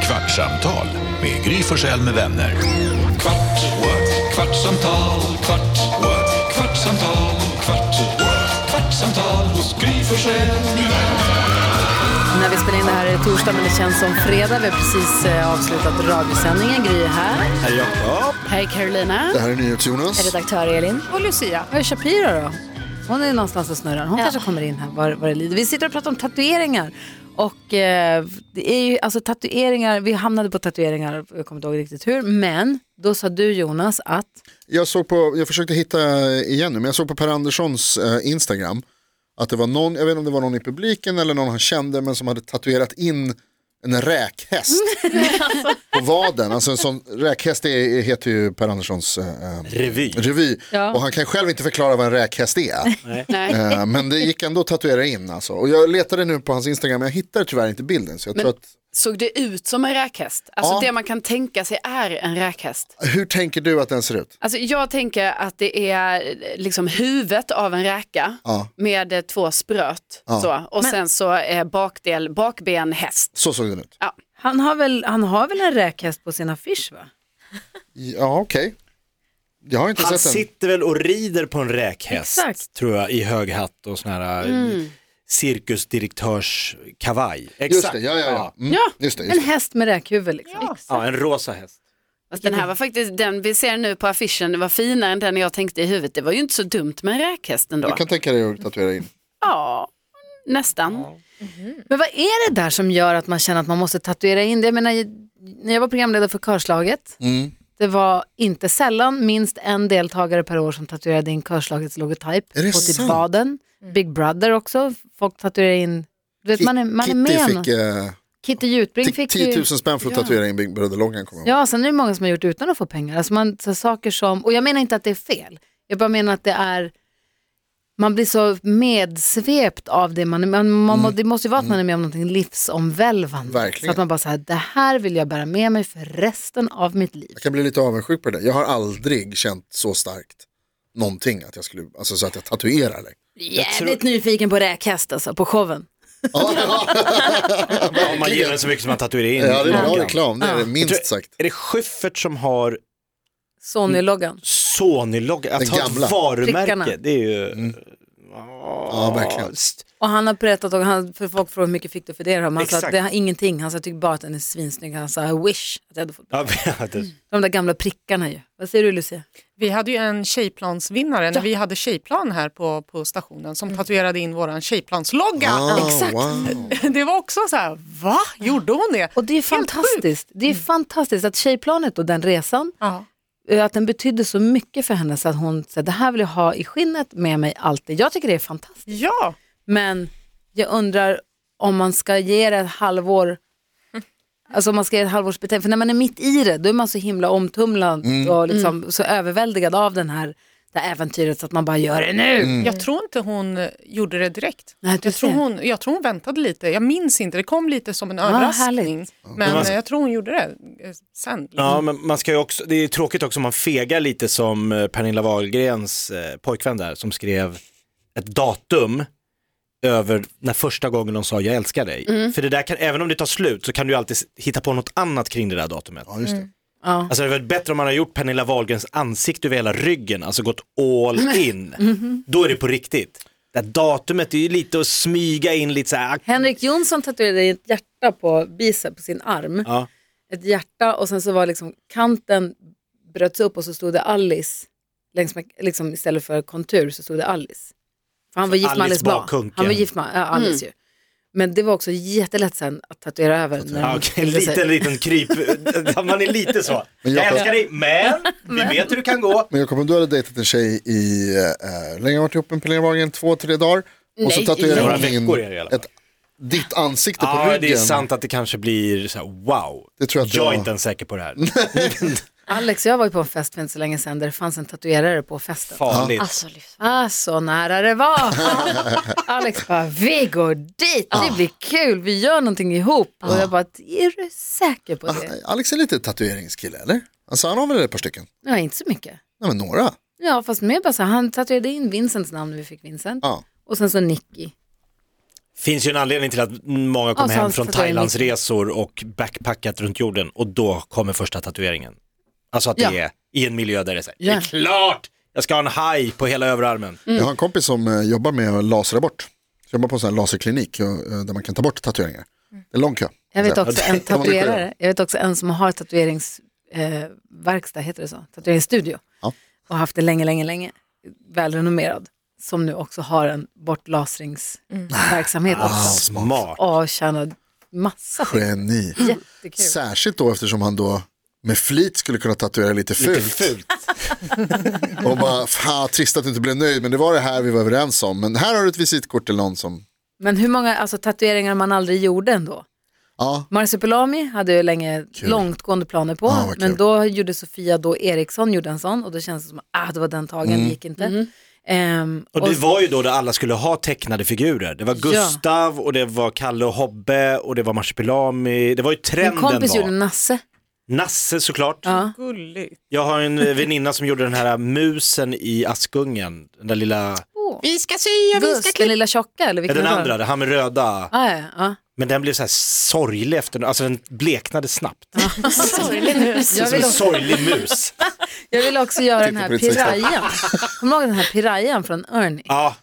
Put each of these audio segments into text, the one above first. Kvartsamtal med Gry Forssell med vänner. Kvart, what? kvartsamtal, kvart, what? kvartsamtal, kvart, what? kvartsamtal hos Gry Forssell med vänner. När vi spelar in det här är det torsdag men det känns som fredag. Vi har precis eh, avslutat radiosändningen. Gry är här. Hej Jakob. Hej Carolina. Det här är NyhetsJonas. Redaktör Elin. Och Lucia. Var är Shapiro då? Hon är någonstans och snurrar. Hon kanske kommer in här var, var det lider. Vi sitter och pratar om tatueringar. Och eh, det är ju alltså tatueringar, vi hamnade på tatueringar, jag kommer inte ihåg riktigt hur, men då sa du Jonas att, Jag, såg på, jag försökte hitta eh, igen nu, men jag såg på Per Anderssons eh, Instagram att det var någon, jag vet inte om det var någon i publiken eller någon han kände, men som hade tatuerat in en räkhäst på vaden. Alltså en sån räkhäst är, heter ju Per Anderssons eh, eh, Revy. revy. Ja. Och han kan själv inte förklara vad en räkhäst är. Eh, men det gick ändå att tatuera in alltså. Och jag letade nu på hans Instagram, men jag hittade tyvärr inte bilden. Så jag tror att Såg det ut som en räkhäst? Alltså Ja. det man kan tänka sig är en räkhäst. Hur tänker du att den ser ut? Alltså jag tänker att det är eh, liksom huvudet av en räka Ja. med eh, två spröt så. och sen så eh, bakdel, bakben häst. Så såg den ut. Ja. han har väl, han har väl en räkhäst på sin affisch va? Ja, okej. Jag har inte Han sett den. sitter väl och rider på en räkhäst, Exakt. tror jag, i hög hatt och sån här eh, cirkusdirektörskavaj. Exakt. Just det, ja, ja, ja. Mm, Ja, just det, just En det. häst med räkhuvud liksom. Ja, en rosa häst. Fast Alltså, den här var faktiskt, den vi ser nu på affischen var finare än den jag tänkte i huvudet. Det var ju inte så dumt med en räkhäst ändå. Du kan tänka dig att tatuera in. Ja, nästan. Men vad är det där som gör att man känner att man måste tatuera in det? Jag menar, ju- när jag var programledare för Körslaget, Mm. det var inte sällan minst en deltagare per år som tatuerade in Körslagets logotyp Är det på typ sant? baden. Big Brother också, folk tatuerar in, du vet man är, man är med. Kitty nå- fick, eh, Kitty Jutbring ti- fick ju, 10 000 spänn för att tatuera in Big Brother-loggan. kommer jag ihåg. ja sen är det många som har gjort utan att få pengar. Alltså man, så saker som, och jag menar inte att det är fel, jag bara menar att det är man blir så medsvept av det man, man, man må, det måste ju vara att man är med om någonting livsomvälvande. Mm. Verkligen. Så att man bara så här, det här vill jag bära med mig för resten av mitt liv. Jag kan bli lite avundsjuk på det där. Jag har aldrig känt så starkt någonting att jag skulle, alltså så att jag tatuerar dig. Jävligt nyfiken på räkhäst alltså, på showen. Om man gillar den så mycket som man tatuerar in. Ja, det är bra loggan. reklam, det är det Jag tror- minst sagt. Är det Schyffert som har Sony-loggan. Mm. Sony-loggan? Att Den ha ett gamla. Mm. varumärke, Prickarna. det är ju... Ja, verkligen. St- Och han har berättat, och han, för folk frågar hur mycket fick du för det? då? Men Han sa att Exakt. det har ingenting, han sa jag tycker bara att den är svinsnygg. Han sa I wish att jag hade fått Ja, det- de där gamla prickarna ju. Vad säger du Lucia? Vi hade ju en tjejplansvinnare när vi hade tjejplan här på, på stationen Mm. som tatuerade in våran tjejplanslogga. Ah, wow. Det var också så här, va? Gjorde hon det? Och det är fantastiskt. Det är fantastiskt att tjejplanet och den resan, Ja. eh, att den betydde så mycket för henne så att hon sa det här vill jag ha i skinnet med mig alltid. Jag tycker det är fantastiskt. ja, Men jag undrar om man ska ge det ett halvår, alltså om man ska ge det ett halvårs betänketid. För när man är mitt i det, då är man så himla omtumlad och liksom så överväldigad av den här, det här äventyret så att man bara gör det nu. jag tror inte hon eh, gjorde det direkt. Nej, du jag, tror ser. hon, jag tror hon väntade lite, jag minns inte, det kom lite som en överraskning. härligt. Men eh, jag tror hon gjorde det eh, sen. ja, Mm. men man ska ju också, det är ju tråkigt också om man fegar lite som eh, Pernilla Wahlgrens eh, pojkvän där som skrev ett datum över när första gången de sa jag älskar dig. Mm. För det där kan, även om det tar slut så kan du ju alltid s- hitta på något annat kring det där datumet. Ja, just det. Ja. Alltså det är väl bättre om man har gjort Pernilla Wahlgrens ansikte över hela ryggen, alltså gått all in. Mm-hmm. Då är det på riktigt. Det här datumet är ju lite att smyga in lite så här. Henrik Jonsson tatuerade ett hjärta på biceps, på sin arm. Ja. Ett hjärta och sen så var liksom kanten bröts upp och så stod det Alice. Längs med, liksom istället för kontur så stod det Alice. För han var gift med Alice Alice Bah. Bakunken. Han var gift med ja, Alice ju. Men det var också jättelätt sen att tatuera över. när Ja, de Ah, okej, en skilde sig. liten, liten kryp. Man är lite så. Men jag jag- älskar dig, men vi vet hur det kan gå. Men jag kommer du hade dejtat en tjej i, eh, länge har varit ihop med Pernilla Wahlgren, två, tre dagar. Och så Nej, tatuerade några hon in veckor är det i alla fall. ett, ditt ansikte på Ja, ryggen. Ah, det är sant att det kanske blir så här, wow. Det tror jag att det jag var. är inte ens säker på det här. Alex och jag var ju på en fest för inte så länge sedan där det fanns en tatuerare på festen. Farligt. Alltså, lyft. Ah, så nära det var. Alex bara, vi går dit, Ah. det blir kul, vi gör någonting ihop. Och jag bara, är du säker på Ah. det? Ah, Alex är lite tatueringskille eller? Alltså han har väl ett par stycken? Nej, inte så mycket. Nej men några. Ja, fast mer bara så här, han tatuerade in Vincents namn när vi fick Vincent. Ja. Och sen så Nicky. finns ju en anledning till att många kommer Alltså, hem hans från tatuering. Thailandsresor och backpackat runt jorden och då kommer första tatueringen. Alltså att det Ja. är i en miljö där det är så här, Ja. det är klart jag ska ha en haj på hela överarmen. Jag har en kompis som eh, jobbar med att lasra bort. Så jobbar på en sån här laserklinik eh, där man kan ta bort tatueringar. Mm. Det är lång kö. Jag vet Så här. också en kan man lyckas tatuerare, jag vet också en som har tatueringsverkstad, eh, verkstad, heter det så? Tatueringsstudio. Ja. Och haft det länge, länge, länge. Välrenommerad. Som nu också har en Mm. bortlasringsverksamhet Ah, också. Smart. Och tjänar massa pengar. Geni. Jättekul. Särskilt då eftersom han då med flit skulle kunna tatuera lite fult. och bara, fan trist att du inte blev nöjd men det var det här vi var överens om. Men här har du ett visitkort till någon som, Men hur många alltså, tatueringar man aldrig gjorde ändå? ja, Marsupilami hade jag länge Kul. långtgående planer på, Ah, vad kul. men då gjorde Sofia då Eriksson gjorde en sån och då kändes det som att ah, det var den tagen, det gick inte. Mm. Ehm, Mm. Och det var ju då där alla skulle ha tecknade figurer. Det var Gustav och det var Kalle och Hobbe och det var Marsipelami. Det var ju min trenden kompis var. gjorde Nasse. Nasse såklart. Gulligt. Jag har en eh, väninna som gjorde den här eh, musen i Askungen. Den där lilla, Vi ska sy Gus, den lilla tjocka eller ja, vilken den var det? andra, det här med röda. Ah, ja, ja. Men den blev så här sorglig efter, alltså den bleknade snabbt. Jag, Som vill en också, sorglig mus. jag vill också göra den Titta här på ditt sexta. pirayan. Kommer du ihåg den här pirayan från Ernie? Ja,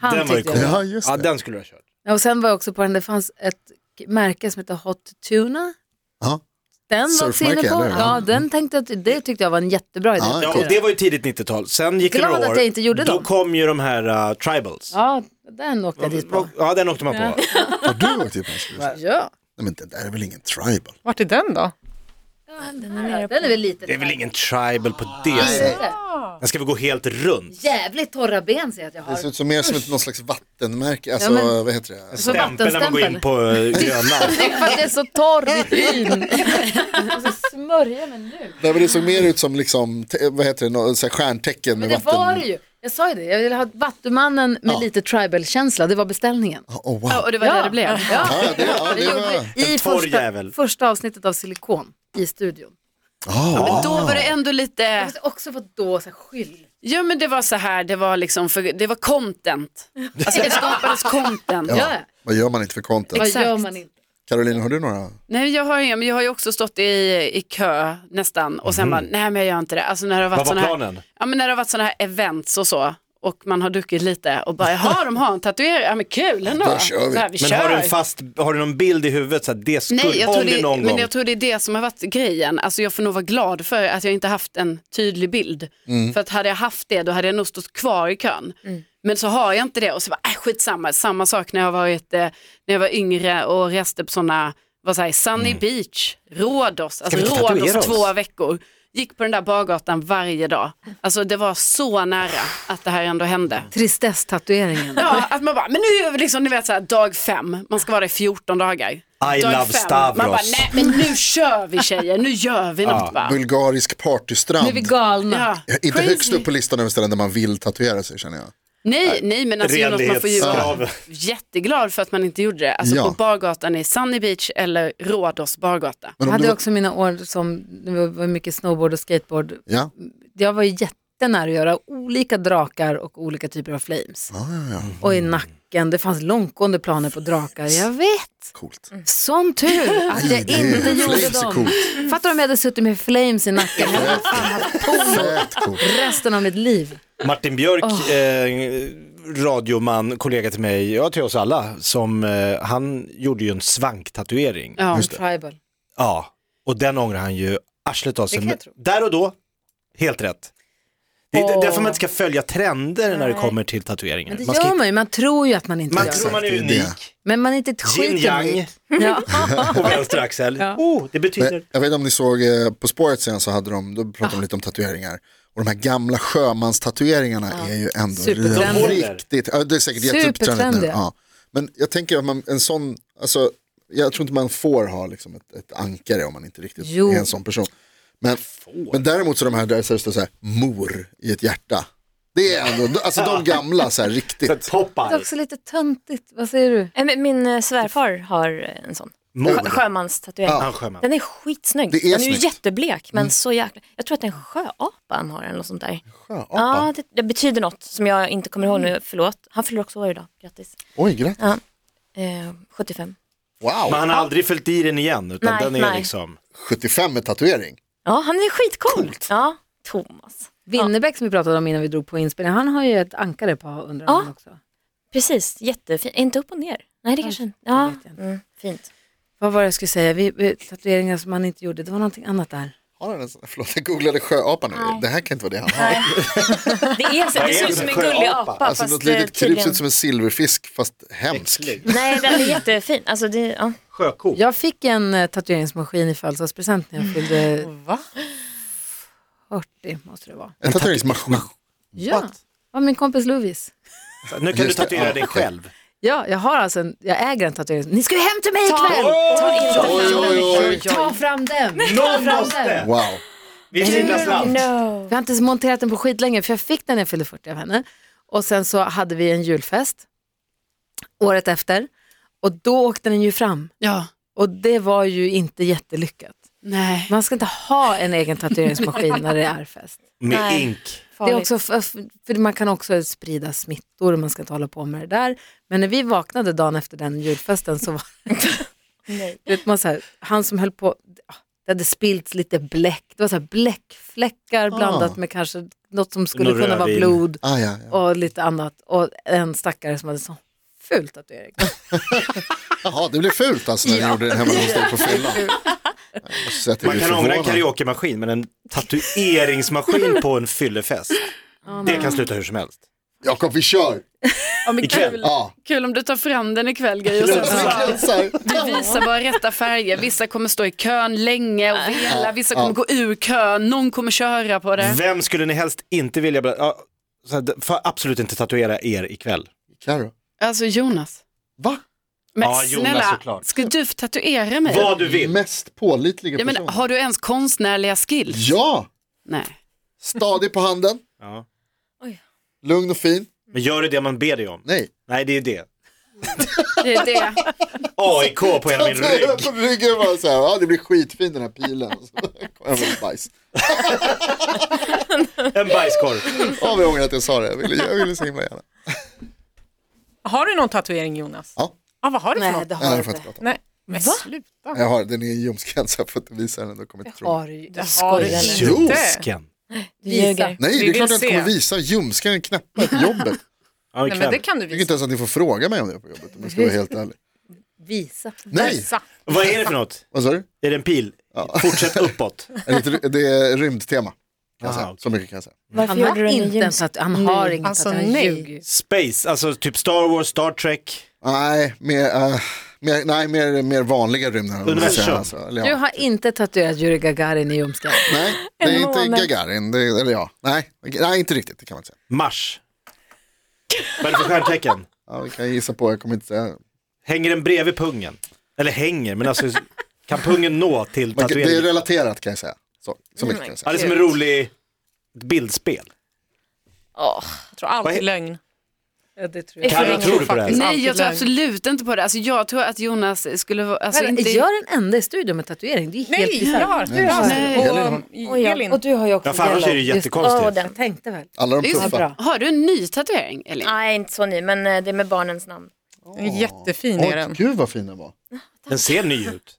Han den var ju tyckte cool. jag Ja, just Ja, det. den skulle du ha kört. Ja, Och sen var jag också på den, det fanns ett märke som heter Hot Tuna. ja. Den var jag också inne Surfmärke, på. eller? Ja, den tänkte jag, att- det tyckte jag var en jättebra idé. Ja, Ja, och det var ju tidigt 90-tal. Sen gick det Glad några år. att jag inte gjorde då dem. kom ju de här uh, tribals. Ja, den åkte jag dit på. Ja, den åkte man på. Har du åkt dit? Hans? Nej Ja. men det där är väl ingen tribal? Vart är den då? Den är, väl liten. Det är väl ingen tribal på det sättet. Den ska vi gå helt runt. Jävligt torra ben ser jag att jag Det har. ser ut som mer som ett, någon slags vattenmärke, alltså Ja, men- vad heter det? Så Stämpel när man går in på eh, Grönan. Det är för att det är så torr hyn. Och så smörjer jag mig nu. Nej, men det såg mer ut som liksom, te- vad heter det, nå- så här stjärntecken med Men det vatten. var det ju. Jag sa ju det, jag ville ha Vattumannen med lite tribal-känsla, det var beställningen. Ja, Oh, wow. Ja, och det var där det blev. Ja, det, ja, Vi det var... gjorde det i En torr första, jävel. första avsnittet av Silikon i studion. Ja, Men då var det ändå Det lite, måste också vara då så här, skyll. ja men det var så här, det var liksom, för, det var content. Alltså det skapades content. Ja. Vad gör man inte för content? Vad Exakt. gör man inte? Carolina, har du några? Nej jag har inga, men jag har ju också stått i, i kö nästan och sen bara, nej men jag gör inte det. Alltså när det har varit Mhm. Vad var såna här, planen? Ja men när det har varit sådana här events och så och man har druckit lite och bara, jaha de har en tatuering, ja men kul ändå. Då kör vi. Så här, vi Men kör. har du, en fast, har du någon bild i huvudet? Så här, det skulle, Nej, jag tror, om det, det, någon men gång. jag tror det är det som har varit grejen. Alltså jag får nog vara glad för att jag inte haft en tydlig bild. Mm. För att hade jag haft det då hade jag nog stått kvar i kön. Men så har jag inte det och så bara, äh, skitsamma. Samma sak när jag, varit, eh, när jag var yngre och reste på sådana, vad säger Sunny Beach, Rhodos, alltså Mm. vi inte tatuera Rhodos oss? två veckor. Gick på den där bargatan varje dag. Alltså det var så nära att det här ändå hände. Tristess-tatueringen. Ja, att man bara, men nu är vi liksom, ni vet så här, dag fem, man ska vara där i 14 dagar. I dag love Stavros. Man bara, nej men nu kör vi tjejer, nu gör vi något va. Bulgarisk Nu är vi partystrand. galna. Ja, Ja, Inte crazy. högst upp på listan över ställen där man vill tatuera sig känner jag. Nej, nej men alltså Jonas, man får ju vara Renlighetskrav. jätteglad för att man inte gjorde det. Alltså Ja. på bargatan i Sunny Beach eller Rhodos bargata. Men Jag om hade du var- också mina år som, det var mycket snowboard och skateboard. Ja, Jag var ju jättenära att göra olika drakar och olika typer av flames. Och Mm. i nacken, det fanns långtgående planer på drakar. Jag vet, coolt. sån tur att jag det är- inte gjorde flames är dem. coolt. Fattar du om jag hade suttit med flames i nacken Jag hade fan haft polo Fett coolt. resten av mitt liv. Martin Björk, eh, radioman, kollega till mig, ja till oss alla, som, eh, han gjorde ju en svanktatuering. Ja. Ja. Tribal. Och den ångrar han ju arslet av sig. Det kan jag Men tro. Där och då, helt rätt. Det är Åh. därför man inte ska följa trender när det kommer till tatueringar. Men det man ska, gör man ju, man tror ju att man inte man gör tror man är det är unik. det. Men man är inte ett Yin skit yang unik. Ja. och vänster axel. Oh, det betyder... Men jag vet inte om ni såg eh, På spåret sen så hade de, då pratade Ah. de lite om tatueringar. Och de här gamla sjömanstatueringarna är ju ändå Ah. Supertrendiga. De håller. riktigt, ja, det är säkert jätteupptrendigt nu. Supertrendiga. Ja. Men jag tänker att man, en sån, alltså, jag tror inte man får ha liksom ett, ett ankare om man inte riktigt Jo. är en sån person. Men, men däremot så de här där så det står så här, mor i ett hjärta. Det är ändå, alltså de gamla så här riktigt. Det är Popeye. också lite töntigt, vad säger du? Eh, men Min eh, svärfar har eh, en sån. Sjö- Sjömanstatuering. Han sjöman. Den är skitsnygg. Det är den är ju snyggt. Mm. jätteblek men så jäkla... Jag tror att det är en sjöapa han har eller något sånt där. Sjöapa? Mm. Ja, det, det betyder något som jag inte kommer ihåg nu, förlåt. Han fyller också år idag, grattis. Oj, grattis. Ja. Eh, 75. Wow, Men han har aldrig fyllt i den igen utan Nej, den är nej. liksom, 75 med tatuering. Ja, han är skitcool. Ja, Thomas. Winnerbäck som vi pratade om innan vi drog på inspelningen, han har ju ett ankare på undrar Ja. han också. Precis, jättefin. Inte upp och ner. Nej, det kanske inte. Ja, vet jag inte. mm, fint. Vad var det jag skulle säga? Vi, vi, tatueringar som han inte gjorde, det var någonting annat där. Har han en sån? Förlåt, jag googlade sjöapan nu. Det här kan inte vara det han har. Det är så, Vad det är ser det ut som en för gullig apa? apa. Alltså fast något eh, litet kryp, ser tydligen- ut som en silverfisk fast hemsk. Nej, den är jättefin. Alltså, det, ja. sjöko. Jag fick en eh, tatueringsmaskin i födelsedagspresent Mm. när jag fyllde Va? 40, måste det vara. En tatueringsmaskin. Ja, av min kompis Lovis. Nu kan du Just det, tatuera ja, dig okej. själv. Ja, jag har alltså en, jag äger en tatuering. Ni ska ju hem till mig ikväll! Ta inte Oj, oj, oj. Ta fram den! Ta fram den! Wow. Vi singlar slant. No. Vi har inte monterat den på skitlänge, för jag fick den när jag fyllde 40 av henne. Och sen så hade vi en julfest året efter. Och då åkte den ju fram. Ja, Och det var ju inte jättelyckat. nej. Man ska inte ha en egen tatueringsmaskin när det är fest. Med Nej. ink. Det är Farligt. också för, för man kan också sprida smittor och man ska inte hålla på med det där. Men när vi vaknade dagen efter den julfesten så var Nej. vet man så här, han som höll på, ah, det hade spillts lite bläck, det var så här bläckfläckar blandat med kanske något som skulle Något kunna vara rödvin. blod Ah, ja, ja. och lite annat. Och en stackare som hade så ful tatuering. Jaha, det blev fult alltså när du gjorde den hemma när du stod på fyllan. Jag måste säga att jag Man blir kan ångra en förvånad. karaokemaskin men en tatueringsmaskin på en fyllefest, det kan sluta hur som helst. Jakob, vi kör! Ja, men Ikväll. kul. Ja. kul om du tar fram den ikväll Gry och sen så Klunsar. Du visar bara rätta färger. Vissa kommer stå i kön länge och vela, vissa kommer gå ur kön, någon kommer köra på det. Vem skulle ni helst inte vilja, bli- ja, så här, d- får absolut inte tatuera er ikväll. Karo. Alltså Jonas, Va? men Ja, Jonas, snälla, såklart. ska du få tatuera mig? Vad du vill. Mest pålitliga Ja, men, personen. har du ens konstnärliga skills? Ja, Nej. stadig på handen, Ja. lugn och fin. Men gör du det man ber dig om? Nej. Nej, det är det. Eh, Det är det. AIK på hela min rygg. Alltså, På ryggen var så här, ja det blir skitfin den här pilen. Och så kom jag med bajs. En bajskorv. Ja, vi ångrar att jag sa det, jag ville, jag ville så himla gärna. Har du någon tatuering Jonas? Ja. ja vad har du för Nej, något? det får jag inte prata om. Nej, men sluta. Jag har, den är i ljumsken så jag får inte visa den, då kommer jag inte tro. Har ju- Det har du Skojar ni? inte. Ljusken. Du ljuger. Nej, det Vi är vill klart jag inte se. kommer visa. Ljumsken är knappar på jobbet. Ja, Nej, men det ikväll. kan Jag du tycker visa. inte ens att ni får fråga mig om det på jobbet om jag ska vara helt ärlig. Visa. Nej, Visa. Vad är det för något? vad sa du? Är det en pil? Fortsätt uppåt. Det är lite- Det är rymdtema. Kan jag Aha, säga. Ah, okej. Så mycket kan jag säga. Varför Han gjorde har du den i inte en gymskan? tatu- han har ingen Alltså, tatuering, han nej. ljuger ju. Space, alltså typ Star Wars, Star Trek. Nej, mer, eh, mer, nej, mer, mer vanliga rymden. om man Universum. säger, Alltså, eller Du ja. har inte tatuerat Yuri Gagarin i ljumsken. Nej, det är En inte måne. Gagarin. Det, eller ja, nej, nej, inte riktigt. Det kan man inte säga. Mars. Vad är det för stjärntecken? Ja, vi kan gissa på, jag kommer inte Alltså, säga. Hänger den bredvid pungen? Eller hänger, men alltså kan pungen nå till Man, kan- det är tatueringen? relaterat kan jag säga. Så, så Mm. mycket kan jag Ja, säga. det är som en rolig bildspel. Åh, Jag tror allt Vad he- är lögn. Ja, det tror jag. Kan jag tror du på det här? Nej, jag alltid tror lögn. absolut inte på det. Alltså, jag tror att Jonas skulle vara... Alltså, Alltså, inte... Gör en enda i studion med tatuering, det är helt Nej, bisarrt. jag har. Jag Nej. har. Och Och jag- Elin. Och du har ju också Ja, för annars är det ju Yellow. Just- jättekonstigt. Åh, den tänkte väl. Alla de Just Ja, tuffa. bra. Har du en ny tatuering, Elin? Nej, inte så ny, men eh, det är med barnens namn. Den är jättefin är Oj, den. gud vad fin den var. Den ser ny ut.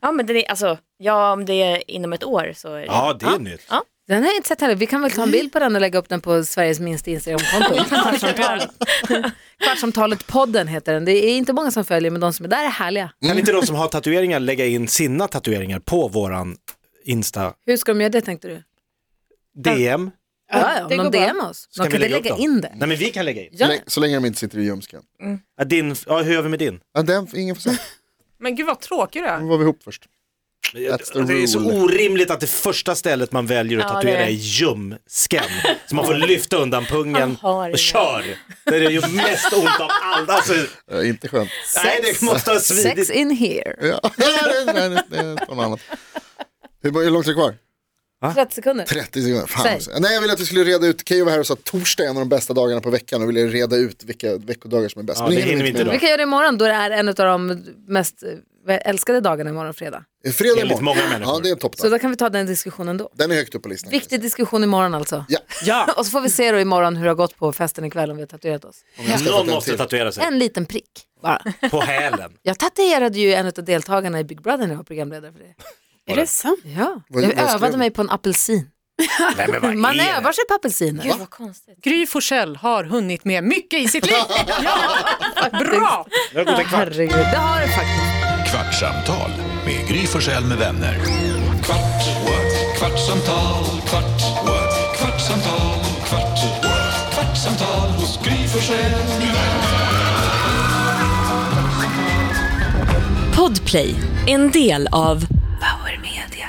Ja, men det är, alltså, ja, om det är inom ett år så är det. Ja, det är nytt. Den har jag inte sett heller. Vi kan väl ta en bild på den och lägga upp den på Sveriges minsta Instagramkonto. Kvartsamtalet. Kvartsamtalet-podden heter den. Det är inte många som följer, men de som är där är härliga. Kan inte de som har tatueringar lägga in sina tatueringar på våran Insta Hur ska de göra det tänkte du? DM? Ja, ja, om det de går bra. DM oss. Så De vi kan inte upp lägga dem. in det. Nej men vi kan lägga in. Så Ja. länge, så länge de inte sitter i ljumsken. Ja, din, ja, hur gör vi med din? Ja, den, ingen får säga. Men gud vad tråkig du Nu är. var vi ihop först. That's the Alltså, Det är så rule. orimligt att det första stället man väljer att Ja, tatuera det är är det. ljumsken. Så man får lyfta undan pungen Jag har och ingen. kör. Det är ju mest ont av allt. Alltså, Eh, inte skönt. nej det måste ha Sex svidit. in here. Ja. nej, nej, nej, nej, ta något annat. Hur, hur långt är det kvar? 30 sekunder. 30 sekunder, fan Säg. också. Nej jag ville att vi skulle reda ut, Keyyo var här och sa att torsdag är en av de bästa dagarna på veckan och ville reda ut vilka veckodagar som är bäst. Ja, Men det hinner vi inte med idag. Vi kan göra det imorgon då det är en av de mest eh, älskade dagarna imorgon fredag. idag. Det är fredag Enligt imorgon. många människor. Ja, det är topp. Så då kan vi ta den diskussionen då. Den är högt upp på listan. Viktig diskussion imorgon alltså. Ja, Ja, Och så får vi se då imorgon hur det har gått på festen ikväll om vi har tatuerat oss. om jag ska ta någon den måste till. tatuera sig. En liten prick bara. På hälen. Jag tatuerade ju en av deltagarna i Big Brother när jag var programledare för det. Är det sant? Ja, Vad- jag vad skrev övade du? mig på en apelsin. Nej men vad Man är det? övar sig på apelsiner. Gud vad konstigt. Gry Forssell har hunnit med mycket i sitt liv. Ja, bra! Nu har det gått en kvart. Herregud, det har det faktiskt. Kvartsamtal med Gry Forssell med vänner. Kvart, what? kvartsamtal, kvart, what? kvartsamtal, kvart, what? kvartsamtal hos Gry Forssell med vänner. Podplay, en del av Power Media.